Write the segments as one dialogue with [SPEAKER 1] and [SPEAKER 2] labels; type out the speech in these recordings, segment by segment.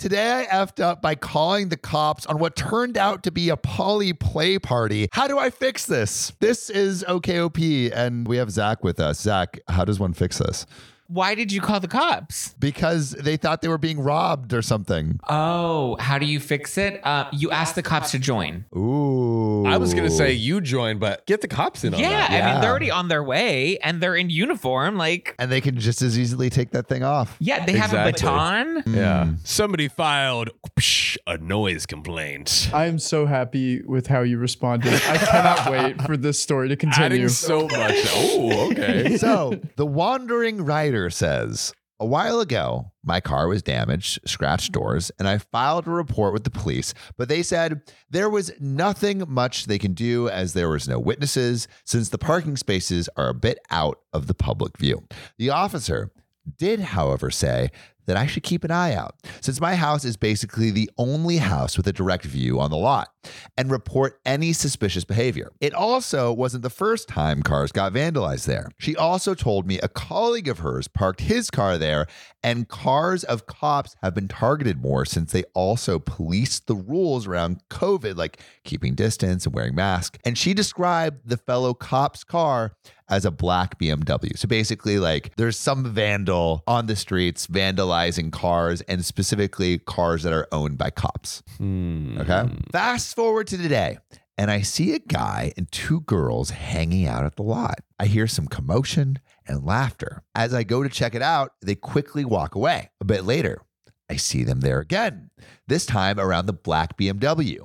[SPEAKER 1] Today I effed up by calling the cops on what turned out to be a poly play party. How do I fix this? This is OKOP, and we have Zach with us. Zach, how does one fix this?
[SPEAKER 2] Why did you call the cops?
[SPEAKER 1] Because they thought they were being robbed or something.
[SPEAKER 2] Oh, how do you fix it? Uh, you ask the cops to join.
[SPEAKER 1] Ooh.
[SPEAKER 3] I was gonna say you join, but get the cops in on
[SPEAKER 2] Yeah,
[SPEAKER 3] that.
[SPEAKER 2] I mean
[SPEAKER 1] Yeah.
[SPEAKER 2] they're already on their way and they're in uniform. Like,
[SPEAKER 1] And they can just as easily take that thing off.
[SPEAKER 2] yeah, they have a
[SPEAKER 3] Exactly.
[SPEAKER 2] baton.
[SPEAKER 3] Yeah. Somebody filed psh, a noise complaint.
[SPEAKER 4] I am so happy with how you responded. I cannot wait for this story to continue.
[SPEAKER 3] Adding so much. Oh, okay.
[SPEAKER 1] Mm. so the wandering writer says a while ago my car was damaged scratched doors and i filed a report with the police but they said there was nothing much they can do as there was no witnesses since the parking spaces are a bit out of the public view the officer did however say that i should keep an eye out since my house is basically the only house with a direct view on the lot and report any suspicious behavior. It also wasn't the first time cars got vandalized there. She also told me a colleague of hers parked his car there, and cars of cops have been targeted more since they also policed the rules around COVID, like keeping distance and wearing masks. And she described the fellow cop's car as a black BMW. So basically, like there's some vandal on the streets vandalizing cars and specifically cars that are owned by cops.
[SPEAKER 3] Hmm.
[SPEAKER 1] Hmm. Okay. Fast forward to today, and I see a guy and two girls hanging out at the lot. I hear some commotion and laughter. As I go to check it out, they quickly walk away. A bit later, I see them there again, this time around the black BMW,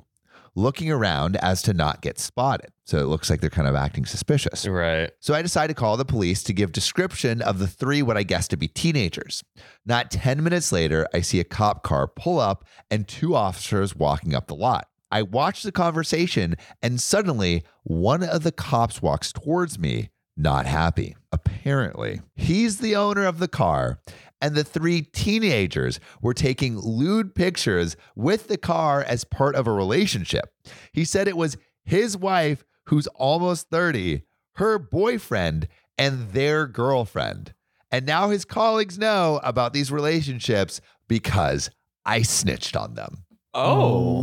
[SPEAKER 1] looking around as to not get spotted. So it looks like they're kind of acting suspicious.
[SPEAKER 3] Right.
[SPEAKER 1] So I decided to call the police to give description of the three what I guessed to be teenagers. Not 10 minutes later, I see a cop car pull up and two officers walking up the lot. I watch the conversation and suddenly one of the cops walks towards me, not happy. Apparently, he's the owner of the car and the three teenagers were taking lewd pictures with the car as part of a relationship. He said it was his wife, who's almost 30, her boyfriend, and their girlfriend. And now his colleagues know about these relationships because I snitched on them.
[SPEAKER 2] Oh.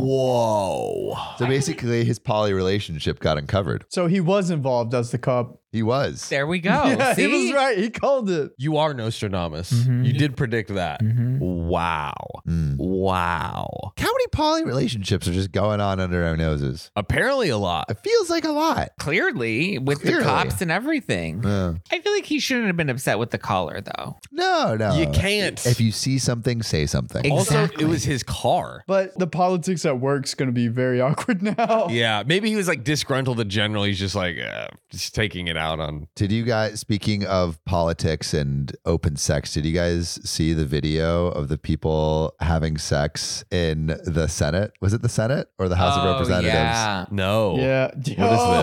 [SPEAKER 3] Whoa.
[SPEAKER 1] So basically, his poly relationship got uncovered.
[SPEAKER 4] so he was involved as the cop.
[SPEAKER 1] He was.
[SPEAKER 2] There we
[SPEAKER 3] Oh,
[SPEAKER 2] go.
[SPEAKER 4] yeah,
[SPEAKER 2] See?
[SPEAKER 4] he was right. He called it.
[SPEAKER 3] You are Nostradamus.
[SPEAKER 2] Mhm.
[SPEAKER 1] Mm-hmm.
[SPEAKER 3] You did predict that.
[SPEAKER 2] Mhm.
[SPEAKER 3] Wow.
[SPEAKER 1] Mm.
[SPEAKER 3] Wow.
[SPEAKER 1] How many poly relationships are just going on under our noses?
[SPEAKER 3] Apparently a lot.
[SPEAKER 1] It feels like a lot.
[SPEAKER 2] Clearly, with
[SPEAKER 1] Clearly.
[SPEAKER 2] the cops and everything.
[SPEAKER 1] Uh,
[SPEAKER 2] I feel like he shouldn't have been upset with the caller, though.
[SPEAKER 1] no, no.
[SPEAKER 3] you can't.
[SPEAKER 1] If you see something, say something.
[SPEAKER 2] Ex-
[SPEAKER 3] Also,
[SPEAKER 2] Exactly.
[SPEAKER 3] it was his car.
[SPEAKER 4] But the politics at work's going to be very awkward now.
[SPEAKER 3] Yeah, maybe he was like disgruntled in general. He's just like uh, just taking it out on.
[SPEAKER 1] Did you guys, speaking of politics and open sex, did you guys see the video of the people having sex in the Senate? Was it the Senate or the House
[SPEAKER 2] Oh,
[SPEAKER 1] of Representatives?
[SPEAKER 2] Yeah.
[SPEAKER 3] No.
[SPEAKER 4] Yeah.
[SPEAKER 3] What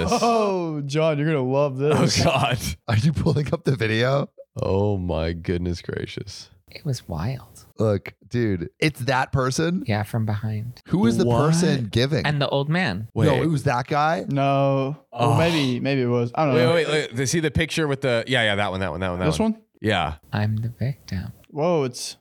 [SPEAKER 3] is this?
[SPEAKER 4] Oh, John, you're going to love
[SPEAKER 3] Oh
[SPEAKER 4] this.
[SPEAKER 3] God.
[SPEAKER 1] Are you pulling up the video?
[SPEAKER 3] Oh my goodness gracious.
[SPEAKER 2] It was wild.
[SPEAKER 1] Look, dude, it's that person.
[SPEAKER 2] Yeah, from behind.
[SPEAKER 1] Who is the
[SPEAKER 3] What?
[SPEAKER 1] person giving?
[SPEAKER 2] And the old man.
[SPEAKER 3] Wait.
[SPEAKER 1] No, it was that guy.
[SPEAKER 4] No.
[SPEAKER 3] Oh.
[SPEAKER 4] Well, maybe maybe it was. I don't
[SPEAKER 3] Wait,
[SPEAKER 1] uh,
[SPEAKER 4] know.
[SPEAKER 3] wait, wait. They see the picture with the yeah, yeah, that one, that one, that one, that
[SPEAKER 4] This one?
[SPEAKER 3] Yeah.
[SPEAKER 2] I'm the victim.
[SPEAKER 4] Whoa, it's.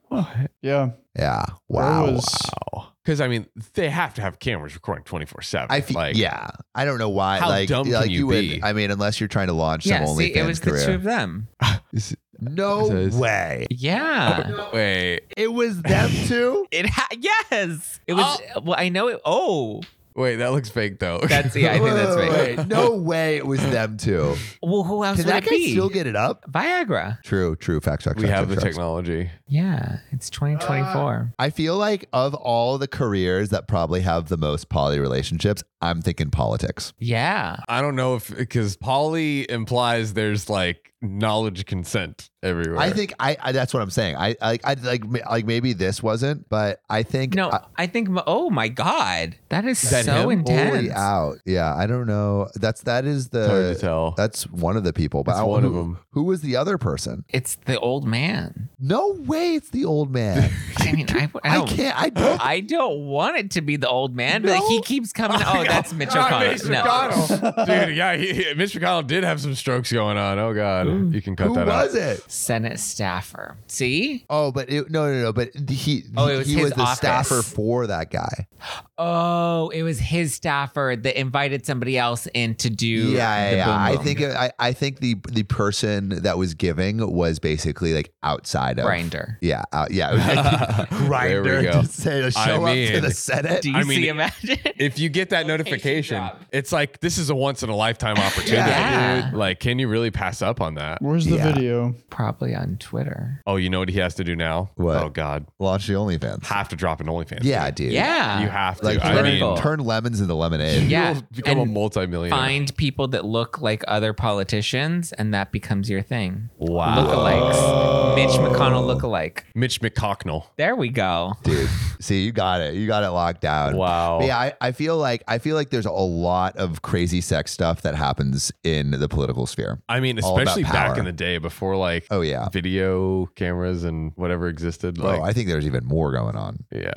[SPEAKER 4] Yeah.
[SPEAKER 1] Yeah. Wow.
[SPEAKER 4] That was-
[SPEAKER 3] Wow. Because I mean, they have to have cameras recording twenty four seven.
[SPEAKER 1] I feel
[SPEAKER 3] like
[SPEAKER 1] yeah. I don't know why.
[SPEAKER 3] How
[SPEAKER 1] like,
[SPEAKER 3] dumb
[SPEAKER 1] like
[SPEAKER 3] can you
[SPEAKER 1] would.
[SPEAKER 3] be?
[SPEAKER 1] I mean, unless you're trying to launch
[SPEAKER 2] yeah,
[SPEAKER 1] some
[SPEAKER 2] see,
[SPEAKER 1] OnlyFans
[SPEAKER 2] it was the two
[SPEAKER 1] career.
[SPEAKER 2] of them.
[SPEAKER 3] Is-
[SPEAKER 1] no
[SPEAKER 3] So it's-
[SPEAKER 1] way.
[SPEAKER 2] Yeah.
[SPEAKER 3] wait,
[SPEAKER 1] It was them too.
[SPEAKER 2] It ha- yes. It was. Well, I know it. Oh,
[SPEAKER 3] wait, that looks fake though.
[SPEAKER 2] that's yeah. I think that's
[SPEAKER 1] Whoa,
[SPEAKER 2] right.
[SPEAKER 1] wait, no way it was them too.
[SPEAKER 2] Well, who else
[SPEAKER 1] Can
[SPEAKER 2] would
[SPEAKER 1] that
[SPEAKER 2] it
[SPEAKER 1] guy
[SPEAKER 2] be?
[SPEAKER 1] still get it up?
[SPEAKER 2] Viagra.
[SPEAKER 1] True, true. Facts, facts,
[SPEAKER 3] we
[SPEAKER 1] facts,
[SPEAKER 3] have the
[SPEAKER 1] facts, facts.
[SPEAKER 3] technology.
[SPEAKER 2] Yeah, it's 2024.
[SPEAKER 1] I feel like of all the careers that probably have the most poly relationships, I'm thinking politics.
[SPEAKER 2] yeah.
[SPEAKER 3] I don't know if because poly implies there's like knowledge consent everywhere.
[SPEAKER 1] I think I, I that's what I'm saying. I like I like m- like maybe this wasn't, but I think
[SPEAKER 2] No,
[SPEAKER 1] I,
[SPEAKER 2] I think. my- Oh my God, that is,
[SPEAKER 3] that
[SPEAKER 2] so
[SPEAKER 3] him?
[SPEAKER 2] intense.
[SPEAKER 1] fully out. Yeah, I don't know. That's that is
[SPEAKER 3] it's hard to
[SPEAKER 1] the
[SPEAKER 3] tell.
[SPEAKER 1] that's one of the people. But
[SPEAKER 3] That's
[SPEAKER 1] I-
[SPEAKER 3] one of
[SPEAKER 1] who-
[SPEAKER 3] them.
[SPEAKER 1] Who was the other person?
[SPEAKER 2] It's the old man.
[SPEAKER 1] No way, it's the old man.
[SPEAKER 2] I mean, I, I
[SPEAKER 1] I
[SPEAKER 2] don't.
[SPEAKER 1] can't. I don't
[SPEAKER 2] I don't want it to be the old man, but
[SPEAKER 1] No.
[SPEAKER 2] he keeps coming. Oh, that's Mitch
[SPEAKER 3] God,
[SPEAKER 2] O'Connell.
[SPEAKER 3] Mitch
[SPEAKER 2] no.
[SPEAKER 3] McConnell. Dude, yeah, he, he- Mitch McConnell did have some strokes going on. Oh God. You can cut
[SPEAKER 1] Who
[SPEAKER 3] that out.
[SPEAKER 1] was it?
[SPEAKER 2] Senate staffer. See?
[SPEAKER 1] Oh, but it, no, no, no. But he,
[SPEAKER 2] Oh, it
[SPEAKER 1] he,
[SPEAKER 2] was
[SPEAKER 1] he
[SPEAKER 2] his
[SPEAKER 1] was the
[SPEAKER 2] office.
[SPEAKER 1] staffer for that guy.
[SPEAKER 2] Oh, it was his staffer that invited somebody else in to do.
[SPEAKER 1] yeah, yeah.
[SPEAKER 2] the
[SPEAKER 1] yeah.
[SPEAKER 2] boom
[SPEAKER 1] I
[SPEAKER 2] boom.
[SPEAKER 1] think it- I, I think the the person that was giving was basically like outside of
[SPEAKER 2] grinder.
[SPEAKER 1] Yeah, uh, yeah. It was like
[SPEAKER 3] There we
[SPEAKER 1] grinder
[SPEAKER 3] go.
[SPEAKER 1] to say to show
[SPEAKER 3] I
[SPEAKER 1] up to
[SPEAKER 3] mean-
[SPEAKER 1] the Senate.
[SPEAKER 2] Do you
[SPEAKER 3] I mean,
[SPEAKER 2] see imagine?
[SPEAKER 3] If you get that notification,
[SPEAKER 2] drop.
[SPEAKER 3] it's like this is a once in a lifetime opportunity.
[SPEAKER 2] Yeah.
[SPEAKER 3] dude. Like, can you really pass up on that?
[SPEAKER 4] Where's the
[SPEAKER 1] Yeah.
[SPEAKER 4] video?
[SPEAKER 2] Probably on Twitter.
[SPEAKER 3] Oh, you know what he has to do now?
[SPEAKER 1] What?
[SPEAKER 3] Oh God,
[SPEAKER 1] Launch the OnlyFans.
[SPEAKER 3] have to drop an OnlyFans.
[SPEAKER 1] yeah, dude.
[SPEAKER 2] Yeah.
[SPEAKER 3] you have to.
[SPEAKER 1] Like
[SPEAKER 3] I
[SPEAKER 1] turn,
[SPEAKER 3] mean,
[SPEAKER 2] political.
[SPEAKER 1] turn lemons into lemonade.
[SPEAKER 2] Yeah.
[SPEAKER 3] you'll become a
[SPEAKER 2] And
[SPEAKER 3] multimillionaire.
[SPEAKER 2] Find people that look like other politicians, and that becomes your thing.
[SPEAKER 3] Wow,
[SPEAKER 2] Lookalikes. Mitch McConnell lookalike.
[SPEAKER 3] Mitch McCocknell.
[SPEAKER 2] There we go.
[SPEAKER 1] dude. See, you got it. You got it locked down.
[SPEAKER 3] Wow.
[SPEAKER 1] But yeah, I, I feel like I feel like there's a lot of crazy sex stuff that happens in the political sphere.
[SPEAKER 3] I mean,
[SPEAKER 1] All about
[SPEAKER 3] especially back
[SPEAKER 1] power.
[SPEAKER 3] in the day before like
[SPEAKER 1] Oh yeah.
[SPEAKER 3] video cameras and whatever existed. Like, Oh.
[SPEAKER 1] oh, I think there's even more going on.
[SPEAKER 3] yeah.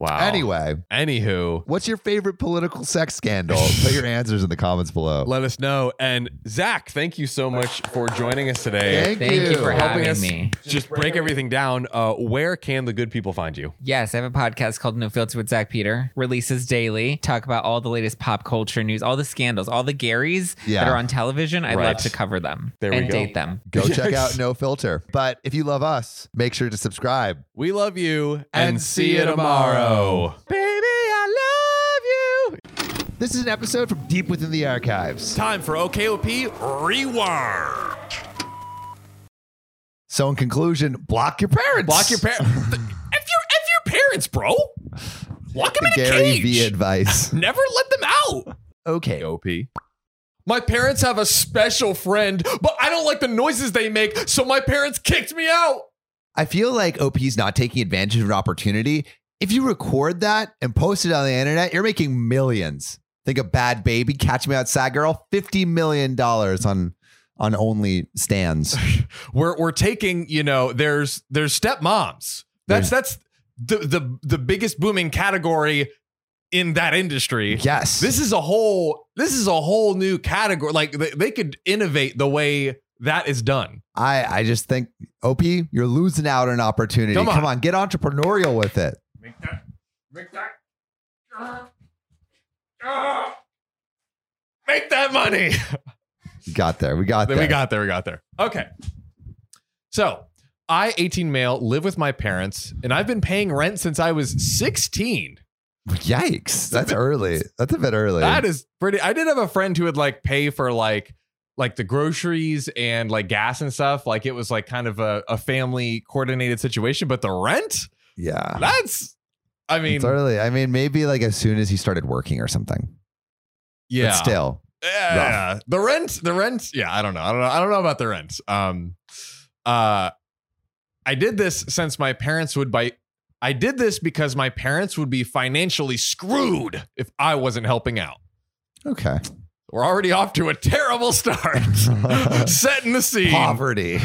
[SPEAKER 3] Wow.
[SPEAKER 1] Anyway,
[SPEAKER 3] Anywho,
[SPEAKER 1] what's your favorite political sex scandal? Put your answers in the comments below.
[SPEAKER 3] let us know. And Zach, thank you so much for joining us today.
[SPEAKER 1] Thank,
[SPEAKER 2] Thank you, for
[SPEAKER 3] Helping
[SPEAKER 2] having
[SPEAKER 3] us-
[SPEAKER 2] me.
[SPEAKER 3] Just break everything down. Uh, where can the good people find you?
[SPEAKER 2] Yes, I have a podcast called No Filter with Zach Peter. Releases daily. Talk about all the latest pop culture news, all the scandals, all the Garys
[SPEAKER 1] Yeah.
[SPEAKER 2] that are on television. I'd
[SPEAKER 3] Right.
[SPEAKER 2] love to cover them
[SPEAKER 3] There we
[SPEAKER 2] and
[SPEAKER 3] go.
[SPEAKER 2] date them.
[SPEAKER 1] Go check
[SPEAKER 3] Yes.
[SPEAKER 1] out No Filter. But if you love us, make sure to subscribe.
[SPEAKER 3] We love you
[SPEAKER 1] And see you tomorrow.
[SPEAKER 3] Baby, I love you.
[SPEAKER 1] This is an episode from deep within the archives.
[SPEAKER 3] Time for OKOP Rewind.
[SPEAKER 1] So, in conclusion, block your parents.
[SPEAKER 3] Block your parents. F your, F your parents, bro. Lock them in a
[SPEAKER 1] Gary
[SPEAKER 3] cage.
[SPEAKER 1] V advice.
[SPEAKER 3] Never let them out.
[SPEAKER 1] Okay.
[SPEAKER 3] OP. My parents have a special friend, but I don't like the noises they make, so my parents kicked me out.
[SPEAKER 1] I feel like OP's not taking advantage of an opportunity. If you record that and post it on the internet, you're making millions. Think a bad baby, catch me outside girl, $50 million on on only stands.
[SPEAKER 3] We're we're taking, you know, there's there's stepmoms. That's that's the the the biggest booming category in that industry.
[SPEAKER 1] Yes.
[SPEAKER 3] This is a whole this is a whole new category. Like they, they could innovate the way that is done.
[SPEAKER 1] I, I just think OP, you're losing out on an opportunity.
[SPEAKER 3] Come on.
[SPEAKER 1] Come on, get entrepreneurial with it.
[SPEAKER 3] Make that money.
[SPEAKER 1] Got there. We got
[SPEAKER 3] Then
[SPEAKER 1] there.
[SPEAKER 3] we got there. We got there. Okay. So I, 18 male, live with my parents, and I've been paying rent since I was 16.
[SPEAKER 1] Yikes. That's early. That's a bit early.
[SPEAKER 3] That is pretty. I did have a friend who would like pay for like like the groceries and like gas and stuff. Like it was like kind of a, a family coordinated situation, but the rent,
[SPEAKER 1] yeah.
[SPEAKER 3] that's I mean,
[SPEAKER 1] Ah. it's early. I mean, maybe like as soon as he started working or something.
[SPEAKER 3] yeah.
[SPEAKER 1] But still.
[SPEAKER 3] Yeah, the rent, the rent. Yeah, I don't know. I don't know. I don't know about the rent. Um, uh, I did this since my parents would buy. I did this because my parents would be financially screwed if I wasn't helping out.
[SPEAKER 1] Okay.
[SPEAKER 3] We're already off to a terrible start, setting the scene.
[SPEAKER 1] Poverty.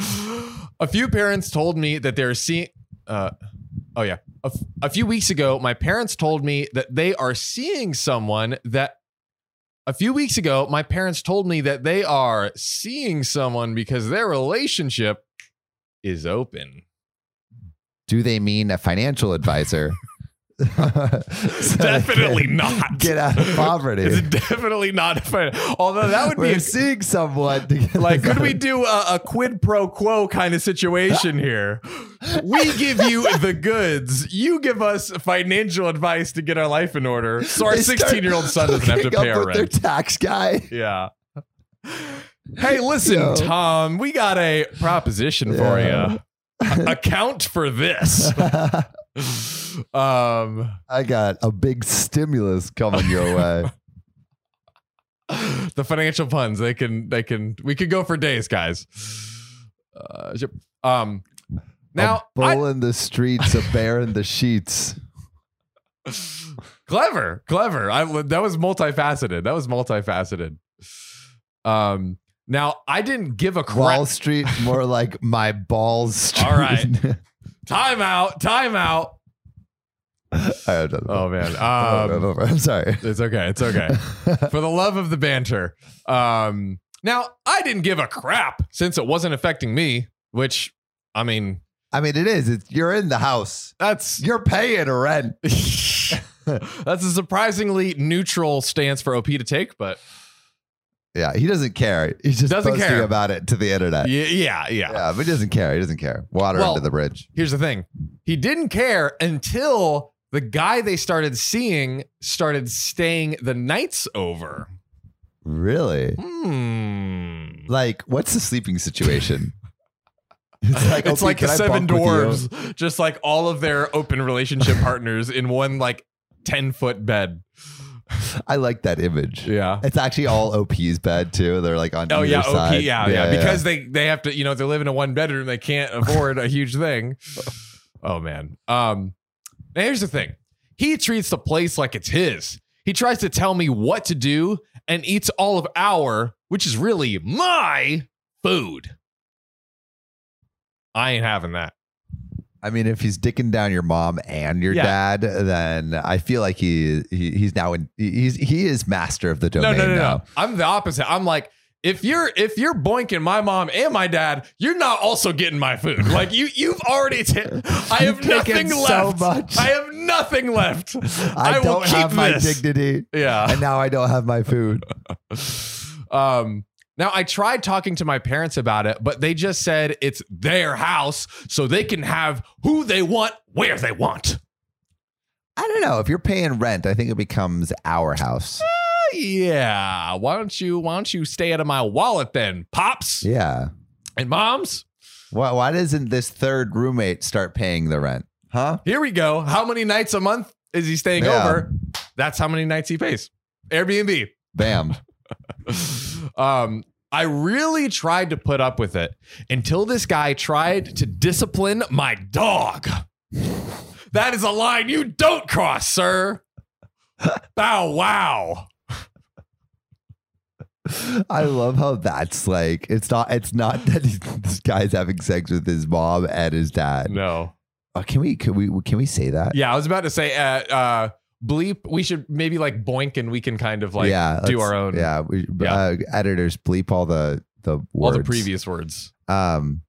[SPEAKER 3] a few parents told me that they're seeing. Uh, oh yeah, a, f- a few weeks ago, my parents told me that they are seeing someone that. A few weeks ago, my parents told me that they are seeing someone because their relationship is open.
[SPEAKER 1] Do they mean a financial advisor? So they
[SPEAKER 3] Definitely
[SPEAKER 1] can
[SPEAKER 3] not.
[SPEAKER 1] Get out of
[SPEAKER 3] It's
[SPEAKER 1] poverty.
[SPEAKER 3] definitely not. Fin- Although that would be
[SPEAKER 1] We're
[SPEAKER 3] a-
[SPEAKER 1] seeing someone. to get
[SPEAKER 3] like
[SPEAKER 1] this
[SPEAKER 3] could we
[SPEAKER 1] out.
[SPEAKER 3] do a, a quid pro quo kind of situation here we give you the goods you give us financial advice to get our life in order so our
[SPEAKER 1] They start
[SPEAKER 3] 16 year old son doesn't have to
[SPEAKER 1] hooking up
[SPEAKER 3] pay our
[SPEAKER 1] with their
[SPEAKER 3] rent
[SPEAKER 1] tax guy.
[SPEAKER 3] yeah hey listen
[SPEAKER 1] Yo.
[SPEAKER 3] tom we got a proposition
[SPEAKER 1] Yeah.
[SPEAKER 3] for you account for this um
[SPEAKER 1] I got a big stimulus coming your way.
[SPEAKER 3] the financial puns they can they can we could go for days guys uh, yep. um now
[SPEAKER 1] a
[SPEAKER 3] I-
[SPEAKER 1] bull in the streets, a bear in the sheets.
[SPEAKER 3] clever clever i that was multifaceted that was multifaceted um now i didn't give a crap
[SPEAKER 1] Wall Street, more like my balls. Street.
[SPEAKER 3] All right. time out time out
[SPEAKER 1] I don't know.
[SPEAKER 3] oh man
[SPEAKER 1] Over,
[SPEAKER 3] um
[SPEAKER 1] over. I'm sorry.
[SPEAKER 3] it's okay it's okay for the love of the banter um Now, I didn't give a crap since it wasn't affecting me, which, I mean,
[SPEAKER 1] I mean, it is. It's, you're in the house.
[SPEAKER 3] that's
[SPEAKER 1] You're paying rent.
[SPEAKER 3] that's a surprisingly neutral stance for OP to take, but
[SPEAKER 1] Yeah, he doesn't care. He's just
[SPEAKER 3] Doesn't
[SPEAKER 1] posting
[SPEAKER 3] care.
[SPEAKER 1] about it to the internet. Yeah.
[SPEAKER 3] yeah, yeah, yeah.
[SPEAKER 1] but he doesn't care. He doesn't care. Water
[SPEAKER 3] Well-
[SPEAKER 1] under the bridge.
[SPEAKER 3] Here's the thing he didn't care until the guy they started seeing started staying the nights over.
[SPEAKER 1] Really?
[SPEAKER 3] Hmm.
[SPEAKER 1] Like, what's the sleeping situation? It's like,
[SPEAKER 3] it's
[SPEAKER 1] "Okay,
[SPEAKER 3] like
[SPEAKER 1] can I
[SPEAKER 3] seven
[SPEAKER 1] bunk with you?"
[SPEAKER 3] dwarves, just like all of their open relationship partners in one like ten foot bed.
[SPEAKER 1] I like that image.
[SPEAKER 3] Yeah.
[SPEAKER 1] It's actually all OP's bed too. They're like on
[SPEAKER 3] Oh
[SPEAKER 1] either
[SPEAKER 3] yeah, OP, yeah,
[SPEAKER 1] side.
[SPEAKER 3] yeah, Because they they have to, you know, they live in a one bedroom, they can't afford a huge thing. Oh man. Um now here's the thing. He treats the place like it's his. He tries to tell me what to do and eats all of our, which is really my food. I ain't having that.
[SPEAKER 1] I mean, if he's dicking down your mom and your
[SPEAKER 3] Yeah.
[SPEAKER 1] dad, then I feel like he, he he's now in he's he is master of the
[SPEAKER 3] No,
[SPEAKER 1] domain.
[SPEAKER 3] no, no,
[SPEAKER 1] now.
[SPEAKER 3] no. I'm the opposite. I'm like, if you're if you're boinking my mom and my dad, you're not also getting my food. Like you you've already t- I
[SPEAKER 1] You've
[SPEAKER 3] have nothing
[SPEAKER 1] taken so
[SPEAKER 3] left.
[SPEAKER 1] much.
[SPEAKER 3] I have nothing left.
[SPEAKER 1] I,
[SPEAKER 3] will
[SPEAKER 1] don't
[SPEAKER 3] keep
[SPEAKER 1] have my
[SPEAKER 3] this.
[SPEAKER 1] dignity,
[SPEAKER 3] Yeah.
[SPEAKER 1] and now I don't have my food.
[SPEAKER 3] Um now I tried talking to my parents about it, but they just said it's their house, so they can have who they want, where they want.
[SPEAKER 1] I don't know. If you're paying rent, I think it becomes our house.
[SPEAKER 3] Yeah. Why don't you why don't you stay out of my wallet then, pops
[SPEAKER 1] Yeah.
[SPEAKER 3] and moms?
[SPEAKER 1] Why, why doesn't this third roommate start paying the rent? Huh?
[SPEAKER 3] Here we go. How many nights a month is he staying
[SPEAKER 1] Yeah.
[SPEAKER 3] over? That's how many nights he pays. Airbnb.
[SPEAKER 1] Bam.
[SPEAKER 3] um, I really tried to put up with it until this guy tried to discipline my dog. That is a line you don't cross, sir. Bow wow.
[SPEAKER 1] I love how that's like it's not it's not that he's, this guy's having sex with his mom and his dad.
[SPEAKER 3] No.
[SPEAKER 1] Uh, can we can we can we say that?
[SPEAKER 3] Yeah, I was about to say, uh, uh, bleep. We should maybe like boink and we can kind of like
[SPEAKER 1] yeah,
[SPEAKER 3] do
[SPEAKER 1] let's-
[SPEAKER 3] our own,
[SPEAKER 1] Yeah, we,
[SPEAKER 3] Yeah.
[SPEAKER 1] Uh, editors bleep all the the words.
[SPEAKER 3] all the previous words.
[SPEAKER 1] Um,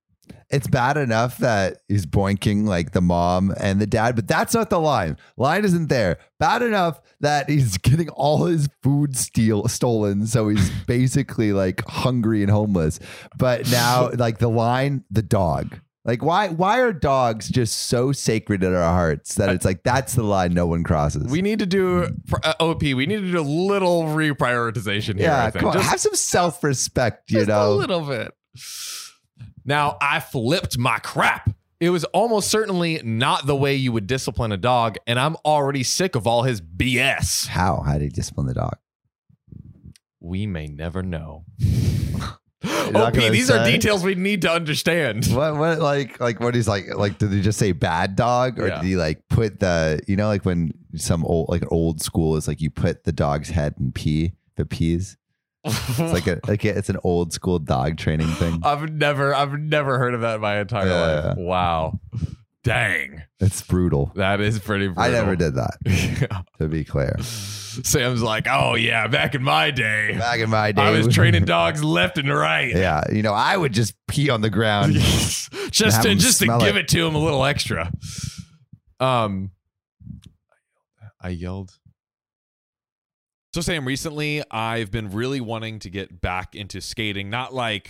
[SPEAKER 1] it's bad enough that he's boinking like the mom and the dad, but that's not the line. Line isn't there. Bad enough that he's getting all his food steal stolen, so he's basically like hungry and homeless. But now, like the line, the dog. Like why why are dogs just so sacred in our hearts that it's like that's the line no one crosses?
[SPEAKER 3] We need to do for, uh, OP. We need to do a little reprioritization here. I
[SPEAKER 1] yeah,
[SPEAKER 3] think.
[SPEAKER 1] come on,
[SPEAKER 3] Just,
[SPEAKER 1] have some self respect, you
[SPEAKER 3] just a
[SPEAKER 1] know.
[SPEAKER 3] little bit. Now I flipped my crap. It was almost certainly not the way you would discipline a dog, and I'm already sick of all his BS.
[SPEAKER 1] How how do you discipline the dog?
[SPEAKER 3] We may never know.
[SPEAKER 1] not
[SPEAKER 3] OP,
[SPEAKER 1] gonna
[SPEAKER 3] these are
[SPEAKER 1] say?
[SPEAKER 3] details we need to understand.
[SPEAKER 1] What what like like what he's like like did he just say bad dog or
[SPEAKER 3] Yeah.
[SPEAKER 1] did he like put the you know like when some old like old school is like you put the dog's head in pee the peas it's like a like it's an old school dog training thing
[SPEAKER 3] I've never, I've never heard of that in my entire
[SPEAKER 1] Yeah,
[SPEAKER 3] life. Wow, dang,
[SPEAKER 1] it's brutal.
[SPEAKER 3] that is pretty. Brutal.
[SPEAKER 1] I never did that
[SPEAKER 3] did.
[SPEAKER 1] to be clear.
[SPEAKER 3] Sam's like, oh yeah, back in my day,
[SPEAKER 1] Back in my day,
[SPEAKER 3] I was
[SPEAKER 1] we-
[SPEAKER 3] training dogs left and right.
[SPEAKER 1] Yeah, you know I would just pee on the ground.
[SPEAKER 3] just
[SPEAKER 1] Have
[SPEAKER 3] to
[SPEAKER 1] 'em
[SPEAKER 3] just to
[SPEAKER 1] smell
[SPEAKER 3] give
[SPEAKER 1] it.
[SPEAKER 3] it. to him a little extra. Um, I yelled. So Sam, recently I've been really wanting to get back into skating, not like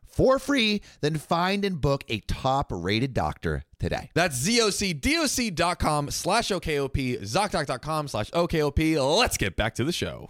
[SPEAKER 1] for free. Then find and book a top rated doctor today.
[SPEAKER 5] That's zocdoc.com slash OKOP, ZocDoc.com slash OKOP. Let's get back to the show.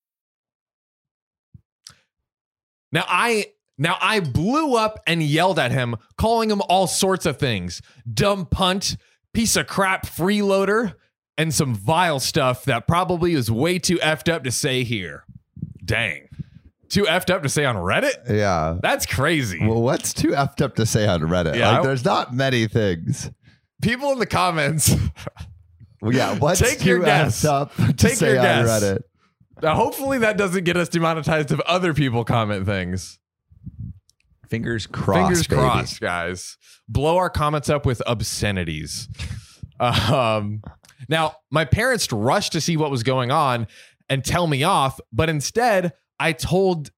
[SPEAKER 3] Now I now I blew up and yelled at him, calling him all sorts of things. Dumb punt, piece of crap freeloader, and some vile stuff that probably is way too effed up to say here. Dang. Too effed up to say on Reddit?
[SPEAKER 1] Yeah.
[SPEAKER 3] That's crazy.
[SPEAKER 1] Well, what's too effed up to say on Reddit?
[SPEAKER 3] Mm. Yeah,
[SPEAKER 1] like,
[SPEAKER 3] I-
[SPEAKER 1] there's not many things.
[SPEAKER 3] People in the comments.
[SPEAKER 1] Well, yeah, what's
[SPEAKER 3] Take
[SPEAKER 1] too
[SPEAKER 3] your guess.
[SPEAKER 1] effed up to
[SPEAKER 3] Take
[SPEAKER 1] say
[SPEAKER 3] your
[SPEAKER 1] on
[SPEAKER 3] guess.
[SPEAKER 1] Reddit?
[SPEAKER 3] now hopefully that doesn't get us demonetized if other people comment things.
[SPEAKER 1] Fingers crossed.
[SPEAKER 3] Fingers
[SPEAKER 1] baby.
[SPEAKER 3] crossed, guys. Blow our comments up with obscenities. um, now, my parents rushed to see what was going on and tell me off, but instead, I told,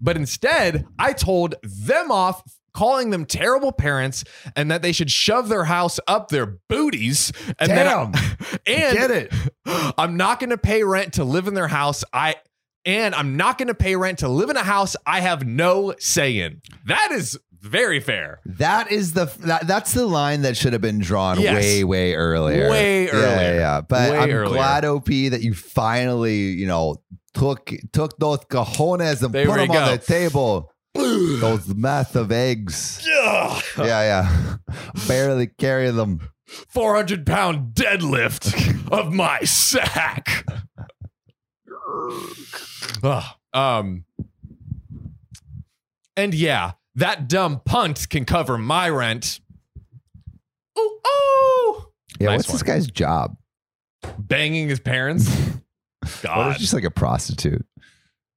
[SPEAKER 3] but instead, I told them off, calling them terrible parents and that they should shove their house up their booties. And
[SPEAKER 1] Damn.
[SPEAKER 3] then, I, and
[SPEAKER 1] Get it.
[SPEAKER 3] I'm not going to pay rent to live in their house. I and I'm not going to pay rent to live in a house I have no say in. That is very fair.
[SPEAKER 1] That is the that, that's the line that should have been drawn
[SPEAKER 3] Yes.
[SPEAKER 1] way way earlier.
[SPEAKER 3] Way
[SPEAKER 1] Yeah,
[SPEAKER 3] earlier.
[SPEAKER 1] Yeah, yeah. But
[SPEAKER 3] Way
[SPEAKER 1] I'm
[SPEAKER 3] earlier.
[SPEAKER 1] glad OP that you finally, you know, took took those cojones and
[SPEAKER 3] There
[SPEAKER 1] put
[SPEAKER 3] we
[SPEAKER 1] them on
[SPEAKER 3] go.
[SPEAKER 1] the table. those massive eggs.
[SPEAKER 3] Ugh,
[SPEAKER 1] yeah, yeah. Barely carry them.
[SPEAKER 3] 400 pound deadlift of my sack. Ugh, um, and yeah, that dumb punt can cover my rent. Ooh, ooh.
[SPEAKER 1] Yeah,
[SPEAKER 3] Nice
[SPEAKER 1] what's this
[SPEAKER 3] one.
[SPEAKER 1] guy's job?
[SPEAKER 3] Banging his parents.
[SPEAKER 1] What
[SPEAKER 3] God,
[SPEAKER 1] if just like a prostitute,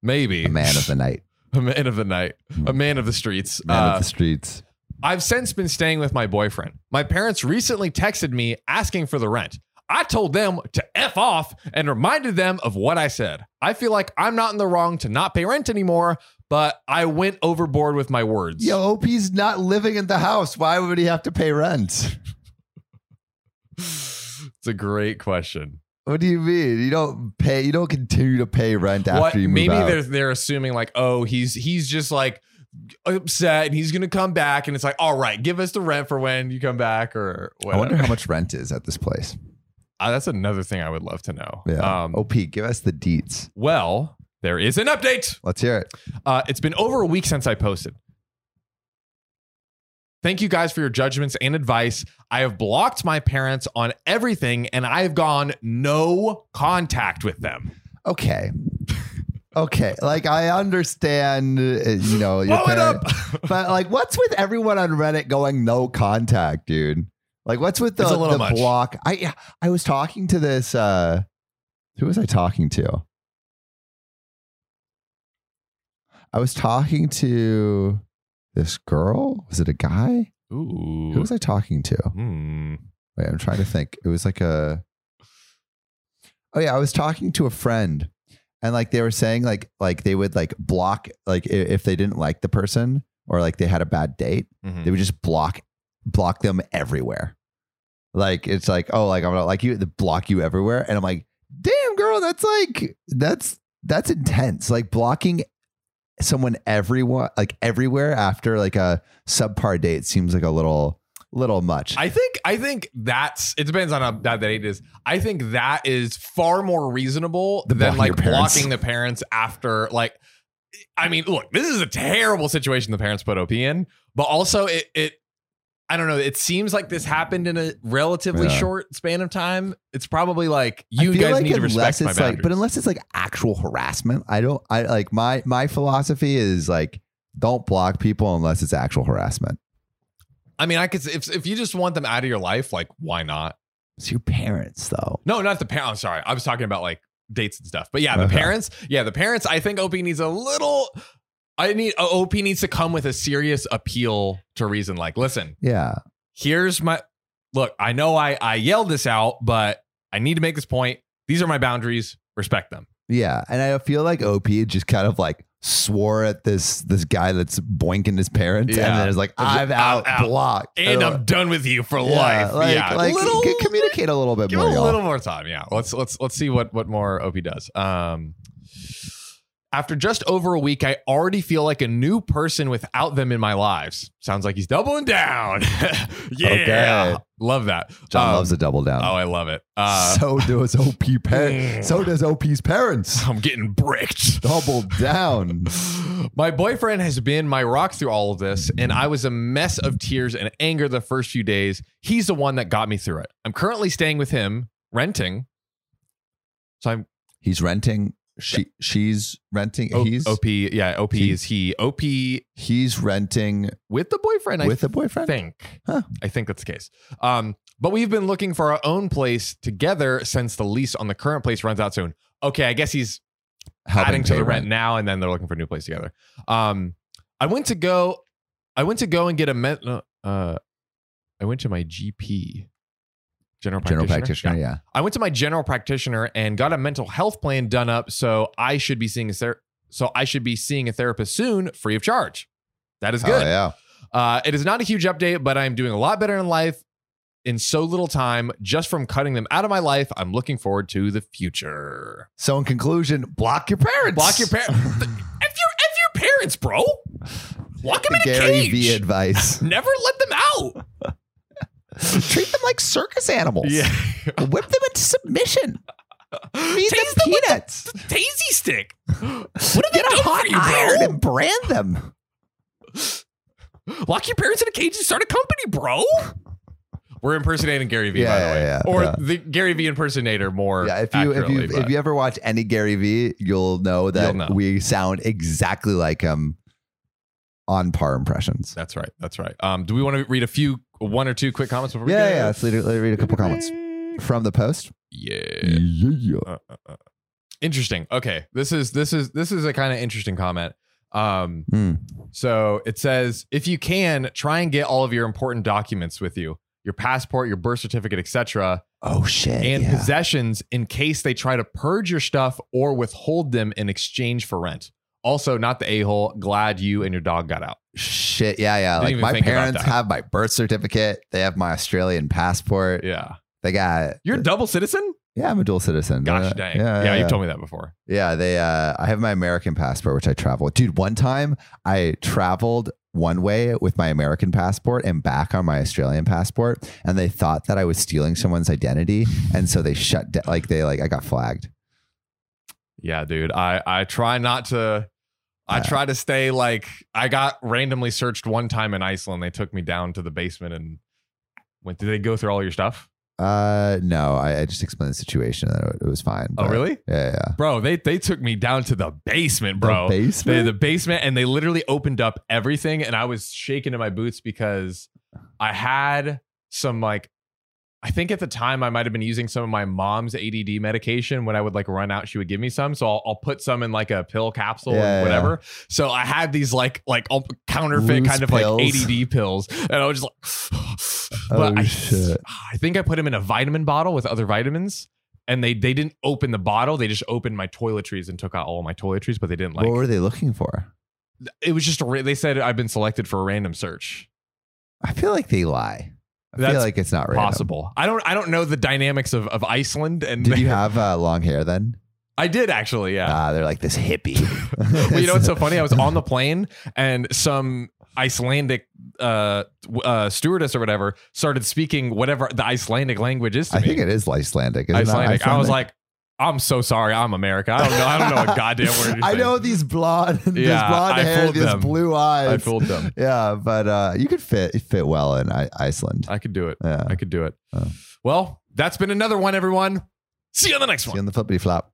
[SPEAKER 3] maybe
[SPEAKER 1] a man of the night,
[SPEAKER 3] a man of the night, a man of the streets.
[SPEAKER 1] man
[SPEAKER 3] Uh,
[SPEAKER 1] of the streets.
[SPEAKER 3] I've since been staying with my boyfriend. My parents recently texted me asking for the rent. I told them to F off and reminded them of what I said. I feel like I'm not in the wrong to not pay rent anymore, but I went overboard with my words.
[SPEAKER 1] Yo, OP's not living in the house. Why would he have to pay rent?
[SPEAKER 3] It's a great question.
[SPEAKER 1] What do you mean? You don't pay. You don't continue to pay rent after
[SPEAKER 3] What
[SPEAKER 1] you move
[SPEAKER 3] maybe
[SPEAKER 1] out.
[SPEAKER 3] they're they're assuming like, oh, he's he's just like upset and he's gonna come back and it's like, all right, give us the rent for when you come back or
[SPEAKER 1] I
[SPEAKER 3] whatever.
[SPEAKER 1] wonder how much rent is at this place.
[SPEAKER 3] Uh, that's another thing I would love to know.
[SPEAKER 1] Yeah. Oh,
[SPEAKER 3] Um,
[SPEAKER 1] OP, give us the deets.
[SPEAKER 3] well, there is an update.
[SPEAKER 1] Let's hear it.
[SPEAKER 3] Uh, it's been over a week since I posted. Thank you guys for your judgments and advice. I have blocked my parents on everything and I have gone no contact with them.
[SPEAKER 1] Okay. Okay. Like I understand, uh, you know, your
[SPEAKER 3] Blow it up.
[SPEAKER 1] parent- but like, what's with everyone on Reddit going no contact, dude? Like, what's with the,
[SPEAKER 3] It's a little
[SPEAKER 1] the
[SPEAKER 3] much.
[SPEAKER 1] block? I yeah, I was talking to this. uh Who was I talking to? I was talking to this girl. Was it a guy?
[SPEAKER 3] Ooh.
[SPEAKER 1] Who was I talking to?
[SPEAKER 3] Hmm.
[SPEAKER 1] Wait, I'm trying to think. It was like a. Oh yeah, I was talking to a friend, and like they were saying, like like they would like block like i- if they didn't like the person or like they had a bad date,
[SPEAKER 3] Mhm.
[SPEAKER 1] they would just block block them everywhere. Like it's like oh like I'm gonna like you they block you everywhere, and I'm like damn girl, that's like that's that's intense. Like blocking someone everyone like everywhere after like a subpar date seems like a little little much.
[SPEAKER 3] I think I think that's it depends on how bad that date is. I think that is far more reasonable
[SPEAKER 1] Than
[SPEAKER 3] than
[SPEAKER 1] blocking
[SPEAKER 3] like
[SPEAKER 1] your parents.
[SPEAKER 3] blocking the parents after like I mean, look, this is a terrible situation the parents put OP in, but also it it I don't know. It seems like this happened in a relatively
[SPEAKER 1] Yeah.
[SPEAKER 3] short span of time. It's probably like
[SPEAKER 1] I
[SPEAKER 3] you
[SPEAKER 1] feel
[SPEAKER 3] guys
[SPEAKER 1] like
[SPEAKER 3] need to
[SPEAKER 1] unless
[SPEAKER 3] respect
[SPEAKER 1] it's
[SPEAKER 3] my boundaries.
[SPEAKER 1] like, but unless it's like actual harassment, I don't. I like my my philosophy is like don't block people unless it's actual harassment.
[SPEAKER 3] I mean, I could if if you just want them out of your life, like why not?
[SPEAKER 1] It's your parents though.
[SPEAKER 3] No, not the parents. I'm sorry. I was talking about like dates and stuff. But yeah, the
[SPEAKER 1] Uh-huh.
[SPEAKER 3] parents. Yeah, the parents. I think OP needs a little. I need OP needs to come with a serious appeal to reason. Like, listen,
[SPEAKER 1] Yeah,
[SPEAKER 3] here's my look. I know I I yelled this out, but I need to make this point. These are my boundaries. Respect them.
[SPEAKER 1] yeah, and I feel like OP just kind of like swore at this this guy that's boinking his parents, and
[SPEAKER 3] Yeah.
[SPEAKER 1] then it's like
[SPEAKER 3] I'm
[SPEAKER 1] I'm out,
[SPEAKER 3] out.
[SPEAKER 1] blocked,
[SPEAKER 3] And I'm done with you for life.
[SPEAKER 1] Like,
[SPEAKER 3] yeah,
[SPEAKER 1] like
[SPEAKER 3] little.
[SPEAKER 1] c- communicate a little bit
[SPEAKER 3] Give
[SPEAKER 1] more,
[SPEAKER 3] it a
[SPEAKER 1] y'all.
[SPEAKER 3] little more time. Yeah. Let's let's let's see what what more OP does. Um after just over a week, I already feel like a new person without them in my lives. Sounds like he's doubling down. yeah.
[SPEAKER 1] Okay.
[SPEAKER 3] Love that.
[SPEAKER 1] John
[SPEAKER 3] Um,
[SPEAKER 1] loves a double down.
[SPEAKER 3] Oh, I love it. Uh,
[SPEAKER 1] so does OP parents. so does OP's parents.
[SPEAKER 3] I'm getting bricked.
[SPEAKER 1] Double down.
[SPEAKER 3] My boyfriend has been my rock through all of this, and I was a mess of tears and anger the first few days. He's the one that got me through it. I'm currently staying with him, renting. So I'm
[SPEAKER 1] He's renting. She she's renting.
[SPEAKER 3] O-
[SPEAKER 1] he's
[SPEAKER 3] OP. Yeah, OP
[SPEAKER 1] He-
[SPEAKER 3] is he. OP
[SPEAKER 1] he's renting
[SPEAKER 3] with the boyfriend.
[SPEAKER 1] with
[SPEAKER 3] I
[SPEAKER 1] a boyfriend.
[SPEAKER 3] think.
[SPEAKER 1] Huh.
[SPEAKER 3] I think that's the case. Um, but we've been looking for our own place together since the lease on the current place runs out soon. Okay, I guess he's
[SPEAKER 1] Helping
[SPEAKER 3] adding to
[SPEAKER 1] pay
[SPEAKER 3] the rent, now, and then they're looking for a new place together. Um, I went to go, I went to go and get a men. no, Uh, I went to my GP, general practitioner.
[SPEAKER 1] General practitioner. Yeah.
[SPEAKER 3] I went to my general practitioner and got a mental health plan done up, so I should be seeing a ther- so I should be seeing a therapist soon, free of charge. That is
[SPEAKER 1] Oh,
[SPEAKER 3] good.
[SPEAKER 1] yeah.
[SPEAKER 3] Uh, it is not a huge update, but I'm doing a lot better in life in so little time. Just from cutting them out of my life, I'm looking forward to the future.
[SPEAKER 1] So in conclusion, block your parents.
[SPEAKER 3] Block your parents. if your if your parents, bro, lock them in
[SPEAKER 1] Gary
[SPEAKER 3] a cage.
[SPEAKER 1] V advice.
[SPEAKER 3] Never let them out.
[SPEAKER 1] Treat them like circus animals. Whip them into submission. Feed
[SPEAKER 3] Taste
[SPEAKER 1] them peanuts.
[SPEAKER 3] the Daisy stick.
[SPEAKER 1] what
[SPEAKER 3] they
[SPEAKER 1] Get a
[SPEAKER 3] done for
[SPEAKER 1] hot
[SPEAKER 3] you, bro?
[SPEAKER 1] iron and brand them.
[SPEAKER 3] Lock your parents in a cage and start a company, bro. We're impersonating Gary Vee, by
[SPEAKER 1] Yeah,
[SPEAKER 3] the way.
[SPEAKER 1] yeah, yeah,
[SPEAKER 3] or
[SPEAKER 1] yeah.
[SPEAKER 3] the Gary Vee impersonator more.
[SPEAKER 1] Yeah, if you if you if you ever watch any Gary V, you'll know that
[SPEAKER 3] You'll know.
[SPEAKER 1] we sound exactly like him on par impressions.
[SPEAKER 3] That's right. That's right. Um, do we want to read a few one or two quick comments before we
[SPEAKER 1] Yeah,
[SPEAKER 3] go?
[SPEAKER 1] yeah. Let's read, let's read a couple comments from the post.
[SPEAKER 3] Yeah.
[SPEAKER 1] yeah.
[SPEAKER 3] Uh, uh, uh. Interesting. Okay. This is this is this is a kind of interesting comment. Um,
[SPEAKER 1] Hmm.
[SPEAKER 3] so it says if you can try and get all of your important documents with you, your passport, your birth certificate, etc.,
[SPEAKER 1] Oh shit.
[SPEAKER 3] and
[SPEAKER 1] yeah.
[SPEAKER 3] possessions in case they try to purge your stuff or withhold them in exchange for rent. Also, not the a-hole. Glad you and your dog got out.
[SPEAKER 1] shit. Yeah, yeah.
[SPEAKER 3] Didn't
[SPEAKER 1] Like
[SPEAKER 3] even
[SPEAKER 1] my
[SPEAKER 3] think about
[SPEAKER 1] parents
[SPEAKER 3] that.
[SPEAKER 1] have my birth certificate. They have my Australian passport.
[SPEAKER 3] Yeah.
[SPEAKER 1] They got
[SPEAKER 3] You're a double citizen?
[SPEAKER 1] yeah. I'm a dual citizen.
[SPEAKER 3] Gosh
[SPEAKER 1] Uh,
[SPEAKER 3] dang.
[SPEAKER 1] Yeah,
[SPEAKER 3] Yeah,
[SPEAKER 1] yeah.
[SPEAKER 3] you've told me that before.
[SPEAKER 1] Yeah, they. Uh, I have my American passport, which I travel. with. Dude, one time I traveled one way with my American passport and back on my Australian passport, and they thought that I was stealing someone's identity, and so they shut down. Like they like I got flagged.
[SPEAKER 3] Yeah, dude. I I try not to. I
[SPEAKER 1] Yeah.
[SPEAKER 3] try to stay like I got randomly searched one time in Iceland. They took me down to the basement and went. Did they go through all your stuff?
[SPEAKER 1] Uh, no, I, I just explained the situation. and It, it was fine.
[SPEAKER 3] Oh,
[SPEAKER 1] but-
[SPEAKER 3] really,
[SPEAKER 1] Yeah, yeah.
[SPEAKER 3] bro? They they took me down to the basement, bro.
[SPEAKER 1] the
[SPEAKER 3] They-
[SPEAKER 1] basement.
[SPEAKER 3] the basement, and they literally opened up everything, and I was shaking in my boots because I had some like. I think at the time I might have been using some of my mom's ADD medication. When I would like run out, she would give me some. So I'll, I'll put some in like a pill capsule
[SPEAKER 1] Yeah, yeah.
[SPEAKER 3] and whatever. So I had these like like all counterfeit
[SPEAKER 1] Loose
[SPEAKER 3] kind of
[SPEAKER 1] pills.
[SPEAKER 3] like ADD pills, and I was just like,
[SPEAKER 1] Oh,
[SPEAKER 3] but I,
[SPEAKER 1] shit.
[SPEAKER 3] I think I put them in a vitamin bottle with other vitamins, and they they didn't open the bottle. They just opened my toiletries and took out all my toiletries, but they didn't like.
[SPEAKER 1] what were they looking for?
[SPEAKER 3] It was just a ra- they said I've been selected for a random search.
[SPEAKER 1] I feel like they lie. I
[SPEAKER 3] That's
[SPEAKER 1] feel like it's not random.
[SPEAKER 3] Possible. I don't I don't know the dynamics of of Iceland and
[SPEAKER 1] Did you have uh, long hair then?
[SPEAKER 3] I did actually. Yeah.
[SPEAKER 1] Ah, they're like this hippie. Ah.
[SPEAKER 3] well, you know what's so funny? I was on the plane and some Icelandic uh, w- uh, stewardess or whatever started speaking whatever the Icelandic language is to
[SPEAKER 1] I
[SPEAKER 3] me.
[SPEAKER 1] think it is Icelandic. Isn't it
[SPEAKER 3] Icelandic. I was like, I'm so sorry. I'm America. I don't know. I don't know a goddamn word. you're
[SPEAKER 1] I
[SPEAKER 3] saying.
[SPEAKER 1] know these blonde, this
[SPEAKER 3] Yeah,
[SPEAKER 1] blonde
[SPEAKER 3] I
[SPEAKER 1] hair,
[SPEAKER 3] fooled
[SPEAKER 1] these
[SPEAKER 3] them.
[SPEAKER 1] blue eyes.
[SPEAKER 3] I fooled them.
[SPEAKER 1] Yeah, but uh, you could fit fit well in I- Iceland.
[SPEAKER 3] I could do it.
[SPEAKER 1] Yeah.
[SPEAKER 3] Uh, I could do it.
[SPEAKER 1] Oh.
[SPEAKER 3] Well, that's been another one, everyone. See you on the next
[SPEAKER 1] See you
[SPEAKER 3] one.
[SPEAKER 1] on the flippity flop.